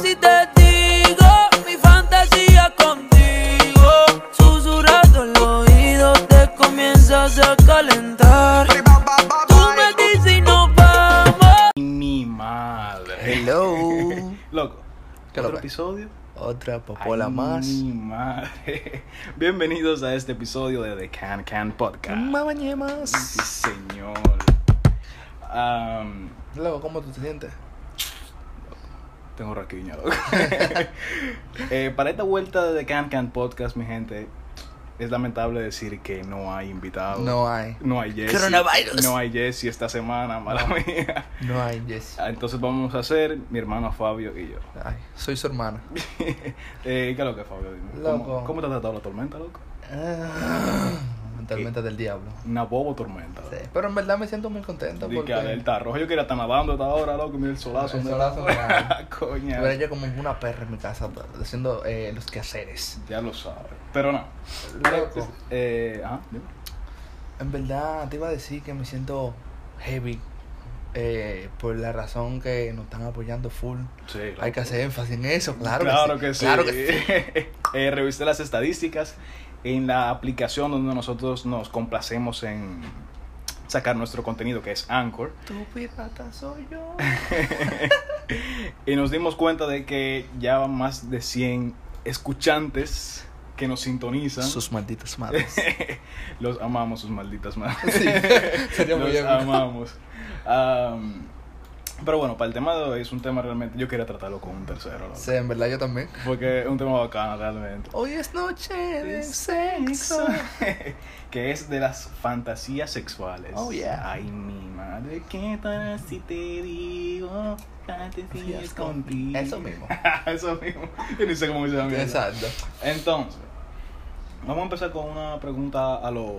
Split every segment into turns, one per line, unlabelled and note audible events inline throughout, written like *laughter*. te digo mi fantasía contigo. Susurrando el oído te comienzas a calentar. Tú me dices y nos vamos.
Mi madre.
Hello.
*laughs* Loco.
¿Qué
Otro
lo que?
episodio.
Otra popola
Ay,
más.
Mi madre. *laughs* Bienvenidos a este episodio de The Can Can Podcast.
Mamañe más.
Sí, señor. Am,
Luego, ¿cómo tú te sientes?
tengo raquiña, loco. *laughs* Eh, para esta vuelta de The Can Can Podcast, mi gente, es lamentable decir que no hay invitados.
No hay.
No hay Jesse.
Coronavirus.
No hay Jesse esta semana, mala
No.
mía. *laughs*
No hay, Jess.
Ah, Entonces vamos a hacer mi hermano Fabio y yo.
Ay, soy su hermana.
*laughs* Eh, ¿Qué es lo que es, Fabio? Dime. ¿Cómo,
Loco.
cómo te ha tratado la tormenta, loco?
Ah, tormenta del diablo.
Una bobo tormenta.
Sí, Pero en verdad me siento muy contento
Di que
porque.
alerta roja. Yo quería estar nadando hasta ahora, loco. Mira el solazo.
El
¿dónde
solazo,
está? *laughs*
man.
Coña.
Yo era como una perra en mi casa haciendo eh, los quehaceres.
Ya lo sabes. Pero no.
Loco.
Eh, ajá, dime.
En verdad, te iba a decir que me siento heavy. eh, por la razón que nos están apoyando full.
Sí,
Hay que hacer énfasis en eso, claro,
Claro
que, sí.
Claro
Claro que sí.
*laughs* Eh, revisé las estadísticas en la aplicación donde nosotros nos complacemos en sacar nuestro contenido, que es Anchor.
Tu pirata soy yo.
Y nos dimos cuenta de que ya van más de 100 escuchantes que nos sintonizan.
Sus malditas madres.
Los amamos, sus malditas
*laughs*
madres. *laughs*
Sí, *laughs* sería muy
Los
épico.
amamos. Am, pero bueno, para el tema de hoy es un tema realmente. Yo quería tratarlo con un tercero, loco.
Sí, en verdad yo también.
Porque es un tema bacano realmente.
Hoy es noche de sexo.
Sexo. *laughs* que es de las fantasías sexuales.
Oh, yeah.
Ay, mi madre, ¿qué tal si te digo? Fantasías
Fantasías
contigo.
contigo. Eso mismo.
*laughs* Eso mismo. Yo ni sé cómo se llama.
*laughs* Exacto.
Entonces, vamos a empezar con una pregunta a los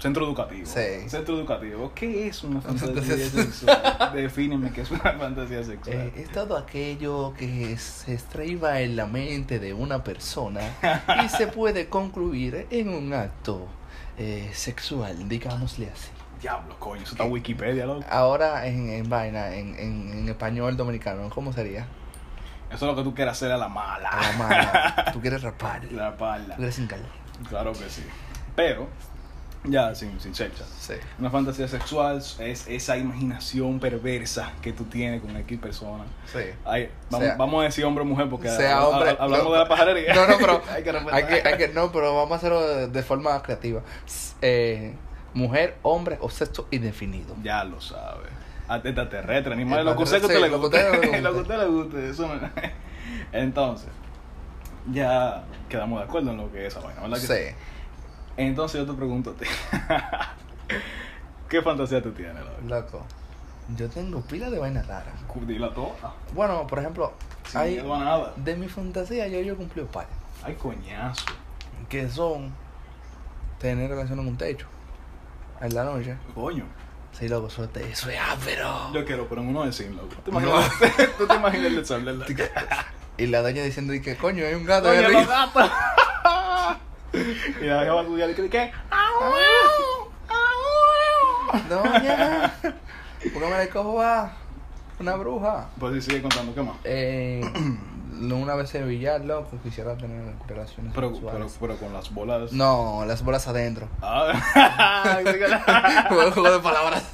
centros educativos.
Sí.
Centro educativo, ¿qué es una fantasía
Fantasía
sexual? *laughs* Defíneme qué es una fantasía sexual.
Eh, es todo aquello que se estreba en la mente de una persona y *laughs* se puede concluir en un acto eh, sexual, digámosle así.
Diablo, coño, eso está en Wikipedia, loco.
Ahora en, en vaina, en, en, en español dominicano, ¿cómo sería?
Eso es lo que tú quieras hacer a la mala.
A la *laughs* mala. Tú quieres rapar. Tú
La pala.
quieres encalar.
Claro que sí. Pero, ya sin, sin sexo.
Sí.
Una fantasía sexual es esa imaginación perversa que tú tienes con X persona.
Sí.
Ay, vamos,
Sea-
vamos a decir hombre o mujer porque
sea
hab- hab-
hombre,
hablamos
no.
de la pajarería.
No, no, pero
*laughs* hay que respetar.
hay que,
*laughs*
hay que- no, pero vamos a hacerlo de, de forma creativa. S- eh, mujer, hombre o sexo indefinido.
Ya lo sabe. Ah, Atenta terrestre, animales, lo que usted
Extraterrestre,
que usted le
lo que
guste.
usted le
*laughs* Lo que usted le guste, eso no- *laughs* Entonces, ya quedamos de acuerdo en lo que es esa vaina, ¿verdad? que
Sí.
sí? Entonces yo te pregunto a ti. *laughs* ¿Qué fantasía tú tienes, loco?
loco. Yo tengo pila de vaina rara.
Dila toda.
Bueno, por ejemplo,
tota, Sin
hay,
miedo a nada.
de mi fantasía yo, yo cumplí un par.
Ay, coñazo.
Que son tener relación en un techo. En la noche.
Coño.
Sí, loco, suerte. Eso es áspero.
Yo quiero, pero en uno de zinc, loco. ¿Te imaginas? *laughs* ¿Tú te imaginas el de sable, loco?
Y la doña diciendo, y que coño, hay un gato ahí
Coño,
arriba".
los gatos. *laughs* Y la vieja va a estudiar y cree que...
Doña, ¿por qué me la cojo a una bruja?
Pues sí, sigue contando, ¿qué más?
Eh, *clears throat* lo- una vez en Villar, loco, quisiera tener relaciones
Pero, pero,
sexuales.
pero con las bolas.
No, las bolas adentro. *laughs*
Ah, *laughs*
Juego juego de palabras.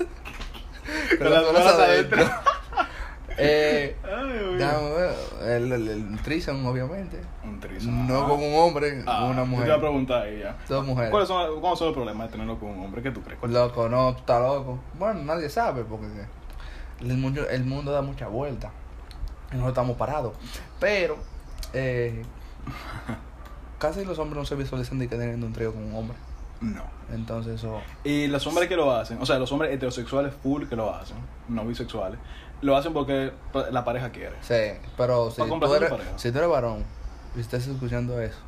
Con las bolas adentro.
*laughs* eh,
Ay, güey.
déjame ver, el, el, el threesome, obviamente.
Un tris.
No con un hombre,
Ah,
una
Yo te voy a
mujer.
preguntar a ella.
Dos mujeres.
¿Cuáles son, ¿Cuáles son los problemas de tenerlo con un hombre? ¿Qué tú crees? ¿Cuál-
Pues Loco, no, tú estás loco. Bueno, nadie sabe porque el mundo, el mundo da mucha vuelta. Y nosotros estamos parados. Pero,
*laughs*
eh, casi los hombres no se visualizan de que teniendo un trío con un hombre.
No.
Entonces, eso.
Y los hombres que lo hacen, o sea, los hombres heterosexuales full que lo hacen, no bisexuales, lo hacen porque la pareja quiere.
Sí, pero si
Para
tú,
complacer a tu
eres,
pareja.
si tú eres varón y estás escuchando eso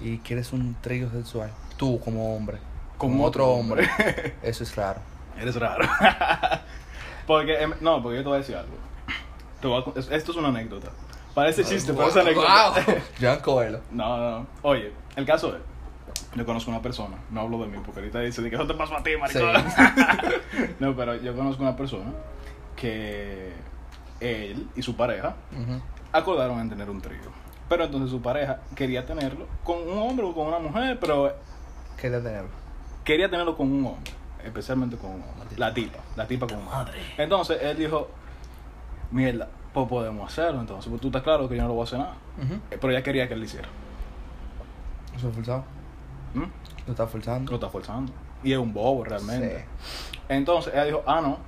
y quieres un trío sexual, tú como hombre,
Con
con,
otro
otro hombre, eso es raro.
Eres raro. *laughs* porque, em, no, porque yo te voy a decir algo. Te voy a con- es- esto es una anécdota. Parece Este chiste, pero es anécdota.
*laughs* Wow, Joan Coelho.
No, no, no. Oye, el caso es, yo conozco una persona, no hablo de mí, porque ahorita dice de que eso te pasó a *laughs* ti, maricón. no, pero yo conozco una persona que él y su pareja
Ujú.
acordaron en tener un trío. Pero entonces su pareja quería tenerlo con un hombre o con una mujer, pero
Quería tenerlo.
quería tenerlo con un hombre, especialmente con un hombre. La tipa, la tipa con un hombre.
Madre.
Entonces él dijo, mierda, pues podemos hacerlo entonces, pues tú estás claro que yo no lo voy a hacer nada.
Ujú.
Eh, Pero ella quería que él lo hiciera.
Eso es forzado.
¿Mm?
Lo está forzando.
Lo está forzando. Y es un bobo realmente. Entonces ella dijo, ah, no,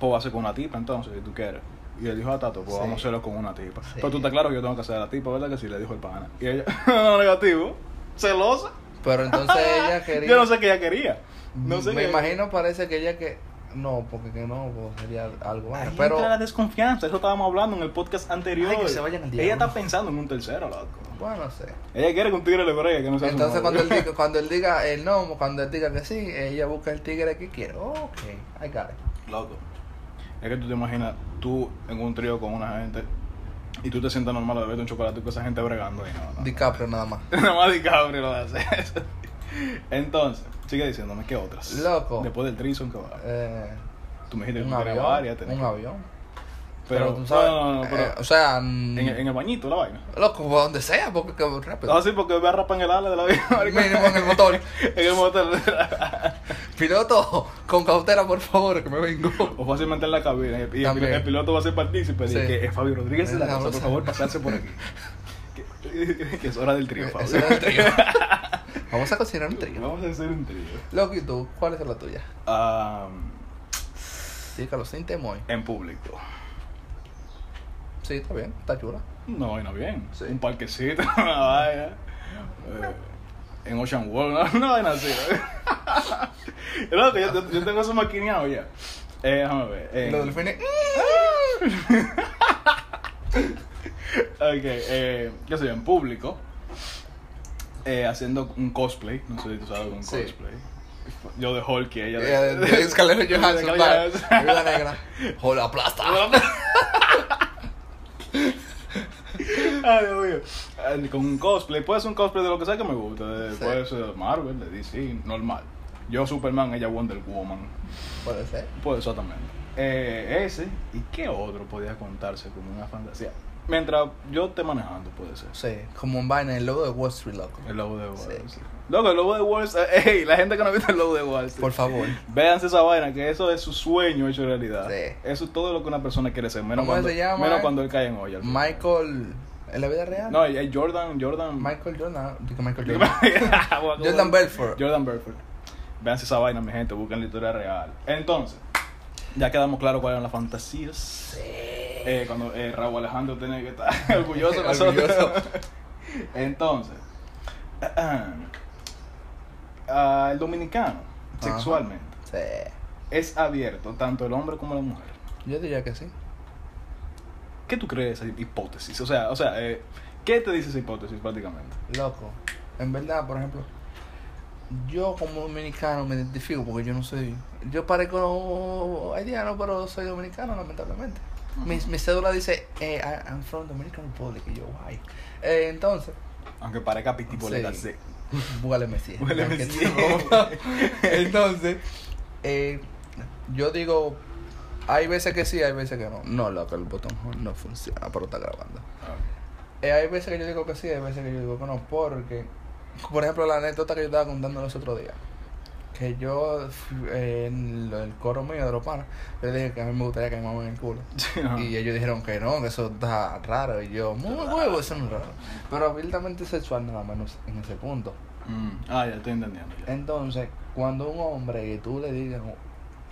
pues va a ser con una tipa entonces, si tú quieres. Y él dijo, ah, Tato, pues
Sí.
vamos a hacerlo con una tipa.
Sí.
Pero tú estás claro que yo tengo que hacer a la tipa, ¿verdad? Que sí, le dijo el pana. Y ella, *laughs* negativo, celosa.
Pero
*laughs*
entonces ella quería. Mm,
Yo no sé qué ella quería. No sé
Me
qué-
imagino, parece que ella que. No, porque que no, pues, sería algo
Ahí
más.
pero
Pero.
entra la desconfianza, eso estábamos hablando en el podcast anterior.
Ay, que se vayan al diablo.
Ella está pensando en un tercero, loco.
Bueno, no sé.
Ella quiere que un tigre le bregue, que no sea su
Entonces, cuando
novio.
él, diga, cuando él diga el no, cuando él diga que sí, ella busca el tigre que quiere. Ok, I got it.
Loco. Es que tú te imaginas tú en un trío con una gente y tú te sientas normal a beberte un chocolate con esa gente bregando y no, no.
DiCaprio nada más.
*laughs* Nada más DiCaprio lo hace eso. Entonces, sigue diciéndome qué otras.
Loco.
Después del trison que va.
Eh,
Tú me dijiste que
un
tú tenías varias.
avión.
tenías
Un
que-
avión.
Pero,
Pero tú sabes.
no, no, no, pero
eh, o sea. mm,
en, el- en el bañito la vaina.
Loco, para donde sea, porque que rápido.
No, sí, porque me arrapan el ala de la *laughs* avión.
Mínimo en el motor.
*laughs* en el motor.
Piloto, con cautela, por favor, que me vengo.
O fácilmente en la cabina. Y el, y el
También.
el piloto va a ser partícipe.
Sí.
de que es Fabio Rodríguez de la
La
casa, por
cosa.
favor, pasarse por aquí. Que, *laughs* que es hora del trío, Fabio.
Eso Eh, era el
*laughs*
trío. Vamos a cocinar un trío.
Vamos a hacer un trío.
Loco, ¿y tú? ¿Cuál es la tuya?
Ah,
Dígalo sin temor.
en público.
Sí, está bien, está chula.
No, vaina bien.
Sí.
Un parquecito, *laughs* una vaina. Eh, en Ocean World, no, *laughs* una vaina así. Loco, yo, yo- yo tengo eso maquineado ya. Eh, déjame ver. eh,
Los delfines.
Ok, eh, yo soy en público eh, haciendo un cosplay. No sé si tú sabes un
Sí.
cosplay. Yo de Hulk y ella de.
*laughs* Eh, de
*laughs*
Escalero
de
Johansson,
Scarlett
vale.
Johansson.
Viuda negra. Hola, aplasta.
Ay, Ah, Dios mío. Eh, Con un cosplay. Puede ser un cosplay de lo que sea que me guste. de-
Sí.
Puede ser de Marvel, de DC, normal. Yo Superman, ella Wonder Woman.
Puede ser.
Pues exactamente. Eh, ese. ¿Y qué otro podía contarse como una fantasía? Mientras yo esté manejando, puede ser.
Sí, como un vaina en el logo de Wall Street, loco.
El lobo de Wall
Sí.
Street. Loco, el lobo de Wall Street. *laughs* Ey, la gente que no ha visto el lobo de Wall Street.
Por favor.
Véanse esa vaina, que eso es su sueño hecho realidad.
Sí.
Eso es todo lo que una persona quiere ser. Menos,
¿Cómo
cuando,
se llama?
menos cuando él cae en olla. al final.
Michael. ¿En la vida real?
No, es Jordan. Jordan. *laughs*
Michael Jordan. Digo Michael Jordan.
Jordan
Jordan Belfort.
Jordan Belfort. Véanse esa vaina, mi gente. Busquen la historia real. Entonces, ya quedamos claro cuáles eran las fantasías. Eh, cuando eh, Raúl Alejandro tiene que estar *laughs*
*laughs*
orgulloso de nosotros.
Orgulloso.
Entonces, *clears throat* ah, el dominicano,
Ajá.
sexualmente,
Sí.
es abierto tanto el hombre como la mujer.
Yo diría que sí.
¿Qué tú crees de esa hipótesis? O sea, o sea eh, ¿qué te dice esa hipótesis prácticamente?
Loco. En verdad, por ejemplo, yo como dominicano me identifico porque yo no soy. Yo parezco haitiano, pero soy dominicano, lamentablemente. mi, mi cédula dice, eh, I- I'm from Dominican Republic. Y yo, guay. Eh, entonces,
Aunque parezca pitipo
Sí.
le *laughs* das
búgale Messi.
Búgale
Ya que
Messi.
te- *laughs* entonces, eh, yo digo, hay veces que sí, hay veces que no. No, loco, el botón no funciona, pero está grabando. Eh, hay veces que yo digo que sí, hay veces que yo digo que no, porque, por ejemplo, la anécdota que yo estaba contando los otros días, que yo, fui- eh, en lo- el coro mío de los panas, yo dije que a mí me gustaría que me mamen el culo. Y eh, ellos dijeron que no, que eso está raro, y yo, muy huevo, eso no es raro. Pero abiertamente sexual nada menos en ese punto.
Mm, Ah, ya estoy entendiendo. ya.
Entonces, cuando un hombre que tú le digas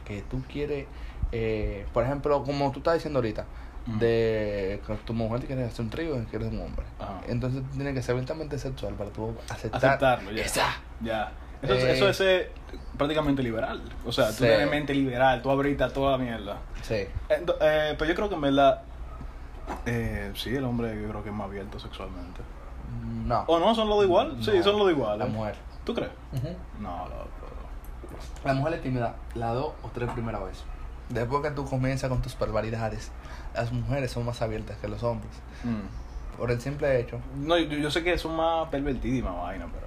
que tú quieres, eh, por ejemplo, como tú estás diciendo ahorita,
Mm.
de que tu mujer te quiere hacer un trío y que eres un hombre.
Ajá.
Entonces tú tienes que ser abiertamente sexual para tú aceptar.
Aceptarlo, ya.
Esa.
Ya. Eso, es-
Eh.
eso es eh, prácticamente liberal. O sea, tú
Sí.
tienes mente liberal, tú abrita toda mierda.
Sí.
Ento- eh, pero yo creo que en verdad. eh, sí, el hombre yo creo que es más abierto sexualmente.
Mm, No.
¿O no? ¿Son los de igual? Sí,
No.
son los de igual.
La
¿eh?
mujer.
¿Tú crees?
Ujú.
No, loco.
La mujer es tímida la dos o tres primeras veces. Después que tú comienzas con tus barbaridades, las mujeres son más abiertas que los hombres.
Mm.
Por el simple hecho.
No, yo, yo sé que son más pervertidísimas vaina, pero.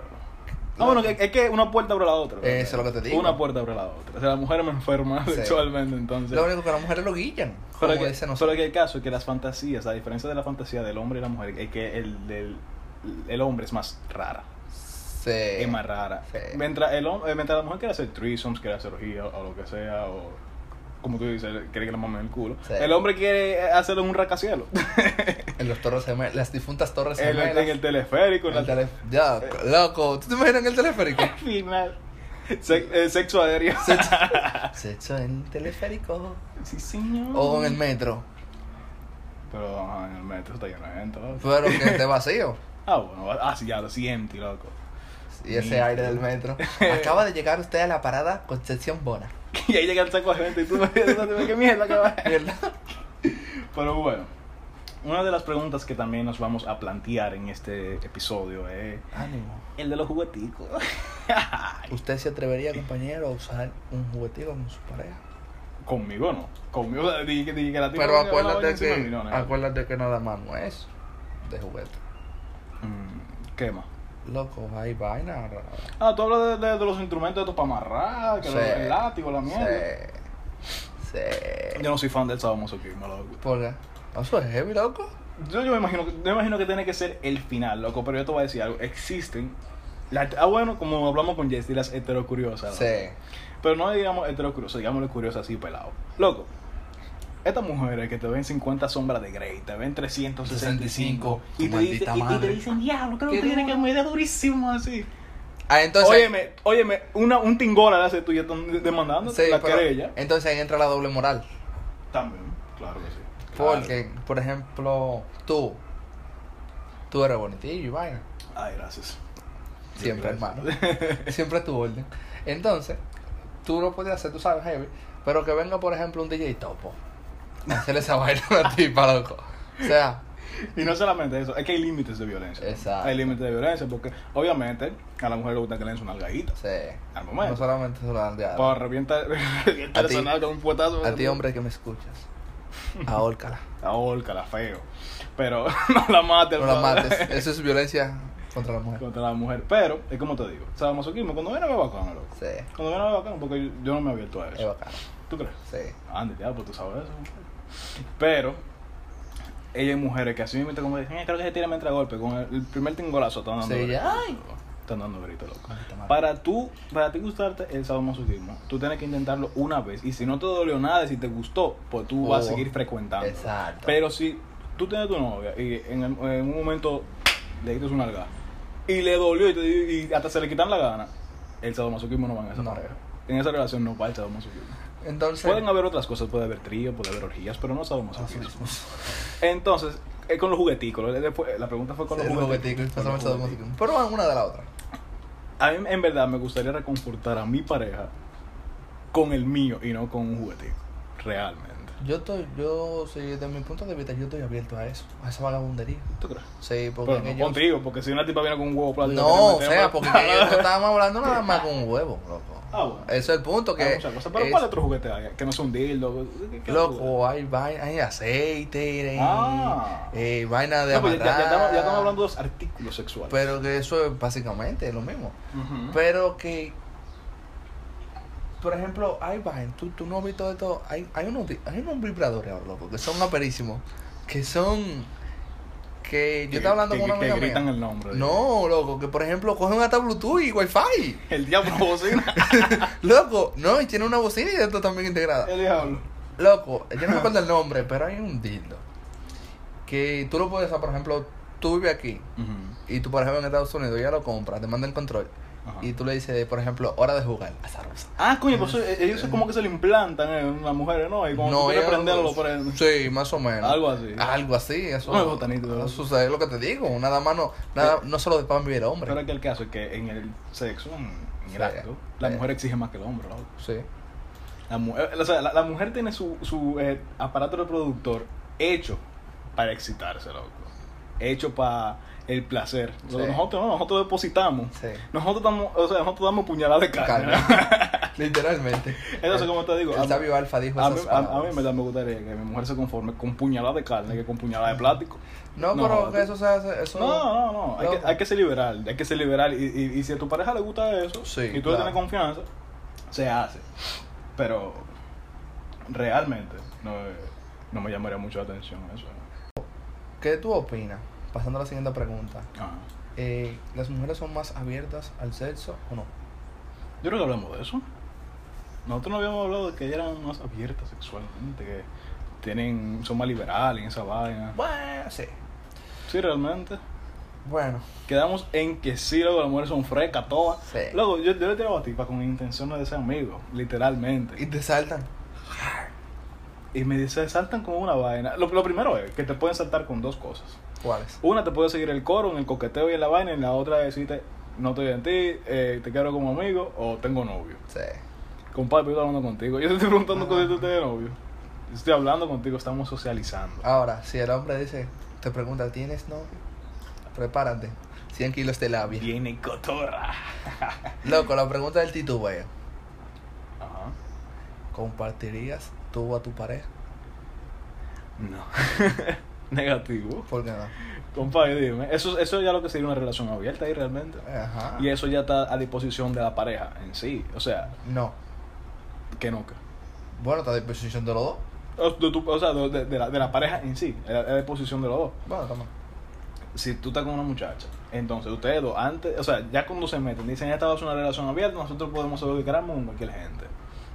Ah, bueno, que- es que una puerta abre la otra.
Eso es lo que te digo.
Una puerta abre la otra. O sea, la mujer me enferma
Sí.
sexualmente, entonces.
Lo único que las mujeres lo guillan.
Pero,
como
que,
dicen
pero
nosotros.
que el caso es que las fantasías, la diferencia de la fantasía del hombre y la mujer, es que el, del el hombre es más rara.
Sí.
es más rara.
Sí.
Mientras, el, hom- eh, mientras la mujer quiere hacer threesomes, quiere hacer orgía o lo que sea, o como tú dices, quiere que le mamen el culo.
Sí.
El hombre quiere hacerlo en un racacielo.
En los torres gemelas, las difuntas torres
En,
gemelas.
el- en el teleférico, en
El
la
tele- Ya, co- loco. ¿Tú te imaginas en el
*laughs*
teleférico?
final. Se- eh, sexo aéreo.
Sexo, sexo en el teleférico.
Sí, señor.
O en el metro.
Pero ajá, en el metro está lleno de gente. ¿no?
Pero que esté vacío.
Ah, bueno, ah, sí, ya lo siento, loco. *laughs*
Y ese aire del *laughs* metro. Acaba de llegar usted a la parada Concepción Bona.
Y ahí llega el saco de gente y tú me *laughs* dices, qué mierda que va.
¿Verdad?
Pero bueno, una de las preguntas que también nos vamos a plantear en este episodio eh, es
*laughs* Ánimo.
el de los jugueticos.
¿Usted se atrevería, compañero, a usar un juguetito con su pareja?
Conmigo no. Conmigo dije que- dije que la tipa
Pero
me daba la vaina
acuérdate
encima de mí,
que,
no, no.
acuérdate que nada más no es de juguete.
Mm, ¿Qué más?
Loco, hay vaina. rara.
Ah, tú hablas de, de- de los instrumentos estos para amarrar, que
Sí.
lo- el látigo, la mierda.
Sí.
Yo
Sí.
no soy fan del sadomasoquismo, loco.
¿Por qué? Ah, Eso es heavy, loco.
Yo, yo, me imagino, que- yo me imagino que tiene que ser el final, loco, pero yo te voy a decir algo. Existen. la- ah, bueno, como hablamos con Jesse, las heterocuriosas. ¿no?
Sí.
Pero no digamos heterocurioso, digámosle curioso así pelado. Loco, estas mujeres que te ven 50 sombras de Grey, te ven 365
tu
y te,
maldita
dicen, y- y te
madre.
dicen, diablo, creo que
Qué
tiene que
duro".
me da durísimo así.
Ah, entonces.
óyeme, óyeme, una, un tingola le hace tú y ya están demandando
sí,
la
pero-
querella.
Entonces ahí entra la doble moral.
También, claro que sí. Claro.
Porque, por ejemplo, tú. Tú eres bonitillo y vaina.
Ay, gracias.
Siempre,
Gracias.
hermano. *laughs* Siempre a tu orden. Entonces, tú lo puedes hacer, tú sabes, heavy. Pero que venga, por ejemplo, un DJ topo. a Hacerle esa *laughs* vaina a una tipa, loco. O sea,
*laughs* Y no solamente eso, es que hay límites de violencia. ¿no?
Exacto.
Hay límites de violencia porque, obviamente, a la mujer le gusta que le den su nalgadita.
sí.
Al momento.
No solamente se lo dan de a-
Para *laughs* revientar, revientar
A ti.
esa nalga un puetazo.
A ti, hombre, que me
*laughs*
escuchas. Ahórcala.
La horca, la feo. oh, Pero *laughs* no la mates.
No la
padre,
mates. Eso es violencia contra la mujer.
Contra la mujer. Pero, es como te digo, sadomasoquismo, cuando viene me bacano, loco.
Sí. Es
Cuando viene me bacano, porque yo, yo no me he abierto a eso.
bacano.
¿Tú crees?
Sí.
Ande, ya, pues tú sabes eso. Pero, ella hay mujeres que así mismo te como dicen, "Eh, creo que se tira mientras golpe. Con el, el primer tingolazo están dando
Sí,
gritos,
ya. Ay.
loco. Están dando gritos, loco.
Maldita madre.
Para tú, para ti gustarte el sadomasoquismo, tú tienes que intentarlo una vez. Y si no te dolió nada, y si te gustó, pues tú vas a
Oh.
seguir frecuentando.
Exacto.
Pero si tú tienes tu novia y en, el- en un momento le diste una nalga y le dolió y, te- y hasta se le quitan la gana, el sadomasoquismo no va en esa
No.
pareja. En esa relación no va el sadomasoquismo.
Entonces.
Pueden haber otras cosas, puede haber trío, puede haber orgías, pero no sadomasoquismo. Entonces, eh, con los jugueticos, lo- después- la pregunta fue con los
el
jugueticos.
juguetico y
Con los
pasamos a
jugueticos.
domótico. Pero van una de la otra.
A mí en verdad me gustaría reconfortar a mi pareja con el mío y no con un juguetico, realmente.
Yo estoy, yo, sí, desde mi punto de vista, yo estoy abierto a eso, a esa vagabundería.
¿Tú crees?
Sí, porque
Pero
que
no
yo-
contigo, porque si una tipa viene con un huevo plátano...
No, o
que te mete
sea,
mal-
porque que yo
*laughs*
estábamos hablando nada más con un huevo, loco.
Ah, bueno.
Eso es el punto que.
Hay muchas cosas. Pero
es-
¿cuál otro juguete hay? Que no es un dildo. ¿Qué- qué otro juguete?
Loco, hay vaina, hay aceite, hay-
Ah.
eh, vaina de
No, pues ya, ya- ya
amarrar,
estamos, ya estamos hablando de los artículos sexuales.
Pero que eso es básicamente lo mismo.
Ujú.
Pero que. Por ejemplo, hay vaina, tú, tú no has visto esto. Hay, hay, unos, vi- hay unos vibradores ahora, loco, que son aperísimos. Que son. Que yo
Que-
estaba hablando
que,
con una
que- que
amiga mía.
gritan el nombre.
No, loco, que por ejemplo cogen hasta Bluetooth y Wi-Fi.
El diablo
*laughs*
bocina.
Loco, no, y tiene una bocina y esto también integrada.
*laughs* el diablo.
Loco, yo no me acuerdo el nombre, pero hay un dildo. Que tú lo puedes usar, por ejemplo, tú vives aquí
Ujú.
y tú, por ejemplo, en Estados Unidos ya lo compras, te manda el control.
Ajá.
Y tú le dices, por ejemplo, hora de jugar a esa rosa.
Ah, coño, pues eso- ellos eso como que se lo implantan eh, en las mujeres, ¿no? Y como no, tú
ellos-
quieres prenderlo, lo prenden.
pues, Sí, más o menos.
Algo así.
Algo así, eso.
No me gusta ni tú.
eso es lo que te digo. Nada más no, nada, no solo de pan vivir hombre.
Pero es que el caso es que en el sexo, en, en el
Sí.
acto, la
Sí.
mujer exige más que el hombre, loco.
Sí.
La mujer, o sea, la, la mujer tiene su, su eh, aparato reproductor hecho para excitarse, loco. Hecho para el placer.
Sí.
Nosotros no, nosotros depositamos.
Sí.
Nosotros damos, o sea, nosotros damos puñaladas de *laughs* carne.
Carne. Literalmente.
Entonces, como te digo,
El
a, mí-
sabio alfa dijo
a
esas
mí, a-
palabras.
a mí en verdad me gustaría que mi mujer se conforme con puñaladas de carne que con puñaladas de plástico.
No,
No,
pero
tú-
que eso se hace. Eso...
No, no, no. Hay que,
Loco.
hay que ser liberal. Hay que ser liberal. Y, y- y si a tu pareja le gusta eso,
Sí,
y
claro.
tú le tienes confianza, se hace. Pero realmente no es, No me llamaría mucho la atención eso. ¿no?
¿Qué tú opinas? Pasando a la siguiente pregunta.
Ajá.
Eh, ¿Las mujeres son más abiertas al sexo o no?
Yo creo que hablamos de eso. Nosotros no habíamos hablado de que ellas eran más abiertas sexualmente, que tienen, son más liberales en esa vaina.
Bueno, sí.
Sí, realmente.
Bueno,
Quedamos en que sí, luego las mujeres son frescas, todas.
Sí.
Luego, yo, yo le tiraba a tipa con intenciones de ser amigo, literalmente.
y te saltan.
Y, me dice, saltan como una vaina. Lo, lo primero es que te pueden saltar con dos cosas.
¿Cuáles?
Una te puede seguir el coro, en el coqueteo y en la vaina, y la otra es decirte, no estoy en ti, eh, te quiero como amigo o tengo novio.
Sí.
Compadre, yo estoy hablando contigo. *laughs* Yo te estoy preguntando cosas de usted de novio. Yo Estoy hablando contigo, estamos socializando.
Ahora, si el hombre dice, te pregunta, ¿tienes novio? Prepárate. 100 kilos de labia.
Viene cotorra.
Loco, la pregunta del titubeo.
Ajá.
¿Compartirías tú a tu pareja?
No. *laughs* Negativo.
¿Por qué no?
Compadre, dime. Eso, eso ya lo que sería una relación abierta ahí realmente.
Ajá.
Y eso ya está a disposición de la pareja en sí. O sea,
No.
que nunca.
Bueno, está a disposición de los dos.
O, de tu- o sea, de, de- de la, de la pareja en sí. Es a disposición de los dos.
Bueno, toma.
Si tú estás con una muchacha, entonces ustedes dos, antes, o sea, ya cuando se meten, dicen, ya estamos en una relación abierta, nosotros podemos dedicarnos con cualquier gente.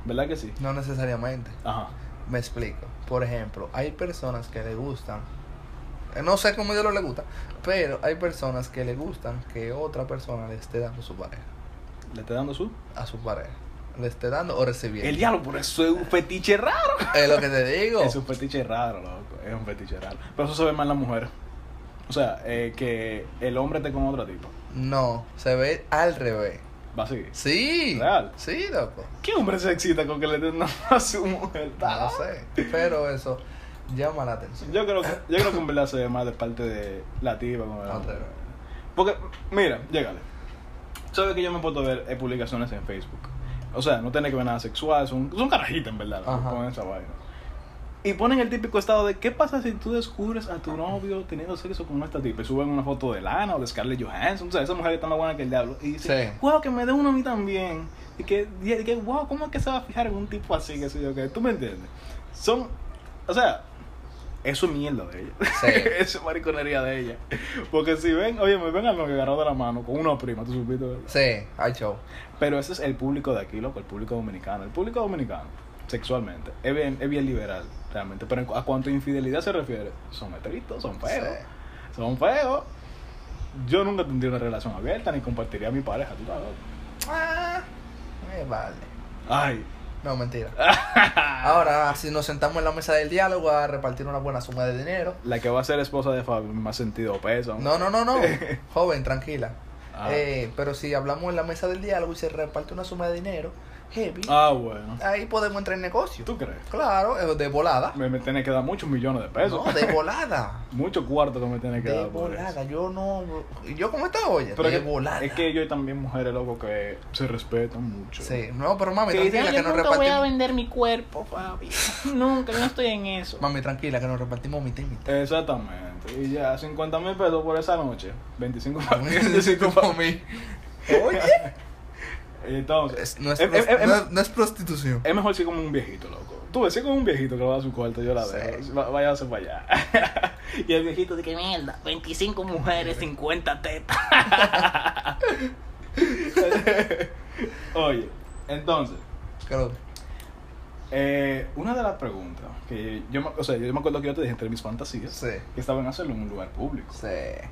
¿Verdad que sí?
No necesariamente.
Ajá.
Me explico. Por ejemplo, hay personas que le gustan. eh, No sé cómo yo lo le gusta, pero hay personas que le gustan que otra persona le esté dando su pareja.
¿Le está dando su?
A su pareja. Le esté dando o recibiendo.
El diablo, por eso es un fetiche raro.
Es lo que te
*laughs*
digo.
Es un fetiche raro, loco. Es un fetiche raro. Pero eso se ve más en las mujeres. O sea, eh, que el hombre esté con otro tipo.
No, se ve al revés.
Va a seguir.
Sí.
Real.
Sí, loco.
¿Qué hombre se excita con que le *laughs* den a su mujer?
No sé. Pero eso llama la
*laughs*
atención.
Yo creo que, yo creo que en verdad se ve más de parte de la tipa con el
Al
hombre.
revés.
Porque, mira, llégale. Sabes que yo me puedo ver eh, publicaciones en Facebook. O sea, no tiene que ver nada sexual, son, son carajitas en verdad,
Ajá.
con esa vaina. Y ponen el típico estado de ¿qué pasa si tú descubres a tu novio teniendo sexo con esta tipa? Y suben una foto de Lana o de Scarlett Johansson, o sea, esa mujer que está más buena que el diablo. Y dicen,
Sí.
wow, que me dé uno a mí también. Y que, y que, wow, ¿cómo es que se va a fijar en un tipo así? Que sé yo, que tú me entiendes. Son, o sea, eso es mierda de ella.
Sí.
*laughs* eso es mariconería de ella. Porque si ven, oye, me ven al novio agarrado de la mano con una prima, tú supiste, ¿verdad?
Sí, hay show.
Pero ese es el público de aquí, loco, el público dominicano. El público dominicano, sexualmente, es bien, es bien liberal, realmente. Pero en cu- a cuanto a infidelidad se refiere, son metritos, son feos.
Sí.
Son feos. Yo nunca tendría una relación abierta ni compartiría a mi pareja, tú sabes.
Ah, me vale.
Ay,
No, mentira.
*laughs*
Ahora, si nos sentamos en la mesa del diálogo a repartir una buena suma de dinero.
la que va a ser esposa de Fabio me ha sentido peso.
No, no,
*laughs*
no, no. Joven, tranquila.
Ah.
Eh, pero si hablamos en la mesa del diálogo y se reparte una suma de dinero, heavy,
Ah, bueno.
ahí podemos entrar en negocio.
¿Tú crees?
Claro, eh, de volada.
Me, me tiene que dar muchos millones de pesos.
No, de
*laughs*
volada.
Mucho cuarto que me tiene que
de
dar por eso.
volada. Yo no. Yo como esta olla.
Pero
de
que-
volada.
es que yo hay también mujeres, loco, que se respetan mucho.
Sí, no, pero mami,
Que dice,
tranquila
"Ay,
que
yo
nos
nunca voy a
repartimos.
vender mi cuerpo, Fabi. nunca, yo no estoy en eso.
Mami, tranquila que nos repartimos mitad y mitad.
*laughs* Exactamente. Y ya, 50 mil pesos por esa noche.
*laughs*
25 pa-
Como mí. Oye.
Entonces,
Es- no, es,
em-
pros-
em- em-
no es- no es prostitución.
es mejor si como un viejito, loco. Tú ves, si como un viejito que lo va a su cuarto, yo la
Sí.
dejo. Va- váyase para allá. *laughs* y el viejito dice,
Que mierda, 25 mujeres, 50 tetas.
oye, entonces,
Claro.
eh, una de las preguntas que yo me, o sea, yo me acuerdo que yo te dije entre mis fantasías
Sí.
que estaban hacerlo en un lugar público.
Sí.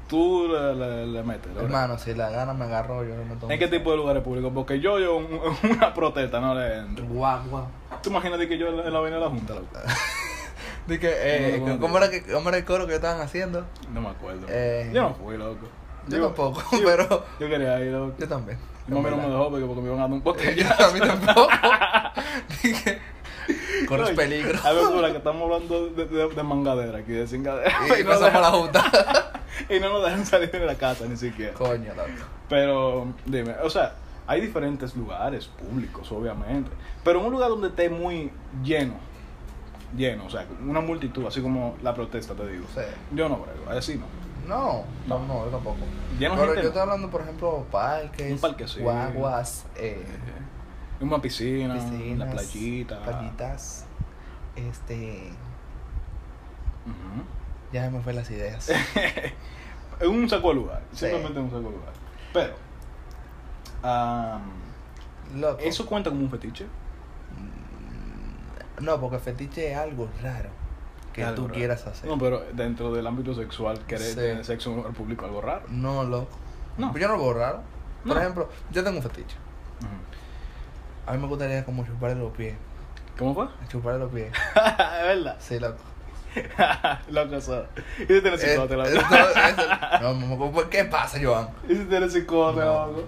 Tú le, le- le metes, ¿verdad?
Hermano, si la gana me agarró, yo no me tomo.
¿En qué tipo de lugares públicos? Porque yo, yo, un- *laughs* una protesta no le entro.
Guagua.
¿Tú imagínate que yo en la- en la vaina de la Junta? loco?
Dije, eh,
No, no, no.
¿cómo, era que, ¿cómo era el coro que estaban haciendo?
No me acuerdo.
Eh.
yo no fui, loco.
Yo tampoco, pero-
Yo quería ir, loco.
Yo también.
Mi mamá no me dejó porque, porque me iban a dar un poco.
Yo *laughs* a mí tampoco.
*laughs*
Dije, corres peligro.
A ver, Sura, que estamos hablando de, de, de mangadera aquí, de cingadera. *laughs*
Y pasamos a la junta.
y no nos dejan salir de la casa ni siquiera.
Coño, loco.
Pero, dime, o sea, hay diferentes lugares públicos, obviamente. Pero un lugar donde esté muy lleno, lleno, o sea, una multitud, así como la protesta, te digo.
Sí.
Yo no brego, así no.
No, no, no, yo tampoco.
Ya no
pero
gente,
yo
no.
estoy hablando, por ejemplo, parques.
Un parque, sí.
Guaguas, eh,
En una piscina, en
piscinas.
la playita.
Playitas. Este.
Ujú.
Ya se me fue las
*laughs*
ideas.
Es un saco de lugar,
Sí.
simplemente un saco de lugar. Pero, am,
Loco.
¿eso cuenta como un fetiche?
Mm, No, porque fetiche es algo raro que
Algo
tú
raro.
quieras hacer.
No, pero dentro del ámbito sexual, querer
Sí.
tener sexo en un lugar público algo raro.
No, loco.
No.
Yo no lo veo raro. Por
No.
ejemplo, yo tengo un fetiche.
Ujú.
A mí me gustaría como chuparle los pies. *laughs*
¿Cómo fue?
Chuparle los pies.
Es verdad.
Sí, loco.
*laughs* Loco, eso. Y si tienes
Eh,
psicópata,
eso-
loco.
eso- *laughs* no, mamá, ¿por ¿qué pasa, Joan?
Y si tienes psicópata,
No.
loco.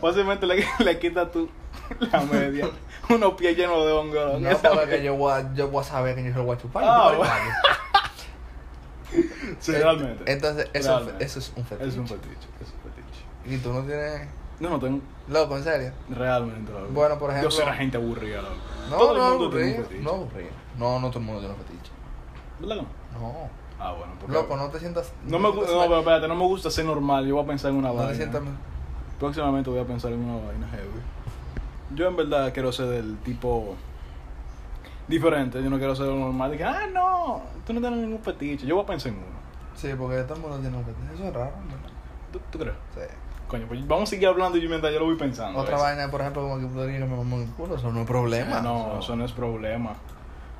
Fácilmente le, *laughs* le quitas tú la media. Unos pies llenos de hongo. loco.
No,
*laughs* Esa
porque yo voy, a, yo voy a saber que yo se lo voy a chupar.
Ah,
yo voy a chuparle.
*laughs* Sí, realmente.
Entonces, eso,
Realmente.
eso es un fetiche.
Es un fetiche, es un fetiche.
Y tú no tienes.
No, no tengo
Loco, en serio.
realmente loco.
Bueno, por ejemplo-
Yo soy la gente aburrida, loco.
No,
Todo
no,
el mundo tiene un
aburrido.
fetiche.
No, aburrido. No, no todo el mundo tiene un fetiche.
¿Verdad que no?
No.
Ah, bueno, porque.
Loco, no te sientas.
No me, gu-
te
no,
sientas-
pero espérate, no me gusta ser normal. Yo voy a pensar en una
No te
vaina.
sientas.
Próximamente voy a pensar en una vaina heavy. Yo en verdad quiero ser del tipo diferente. Yo no quiero ser lo normal. Dije, ah, no, tú no tienes ningún fetiche. Yo voy a pensar en uno.
Sí, porque todo el mundo tiene un fetiche. Eso es raro, ¿verdad?
¿Tú, tú crees?
Sí.
Coño, pues vamos a seguir hablando y yo mientras yo lo voy pensando.
Otra
¿ves?
vaina, por ejemplo, como que podría que me mamó el culo, eso no es problema.
Ah, no,
eso
eso no es problema.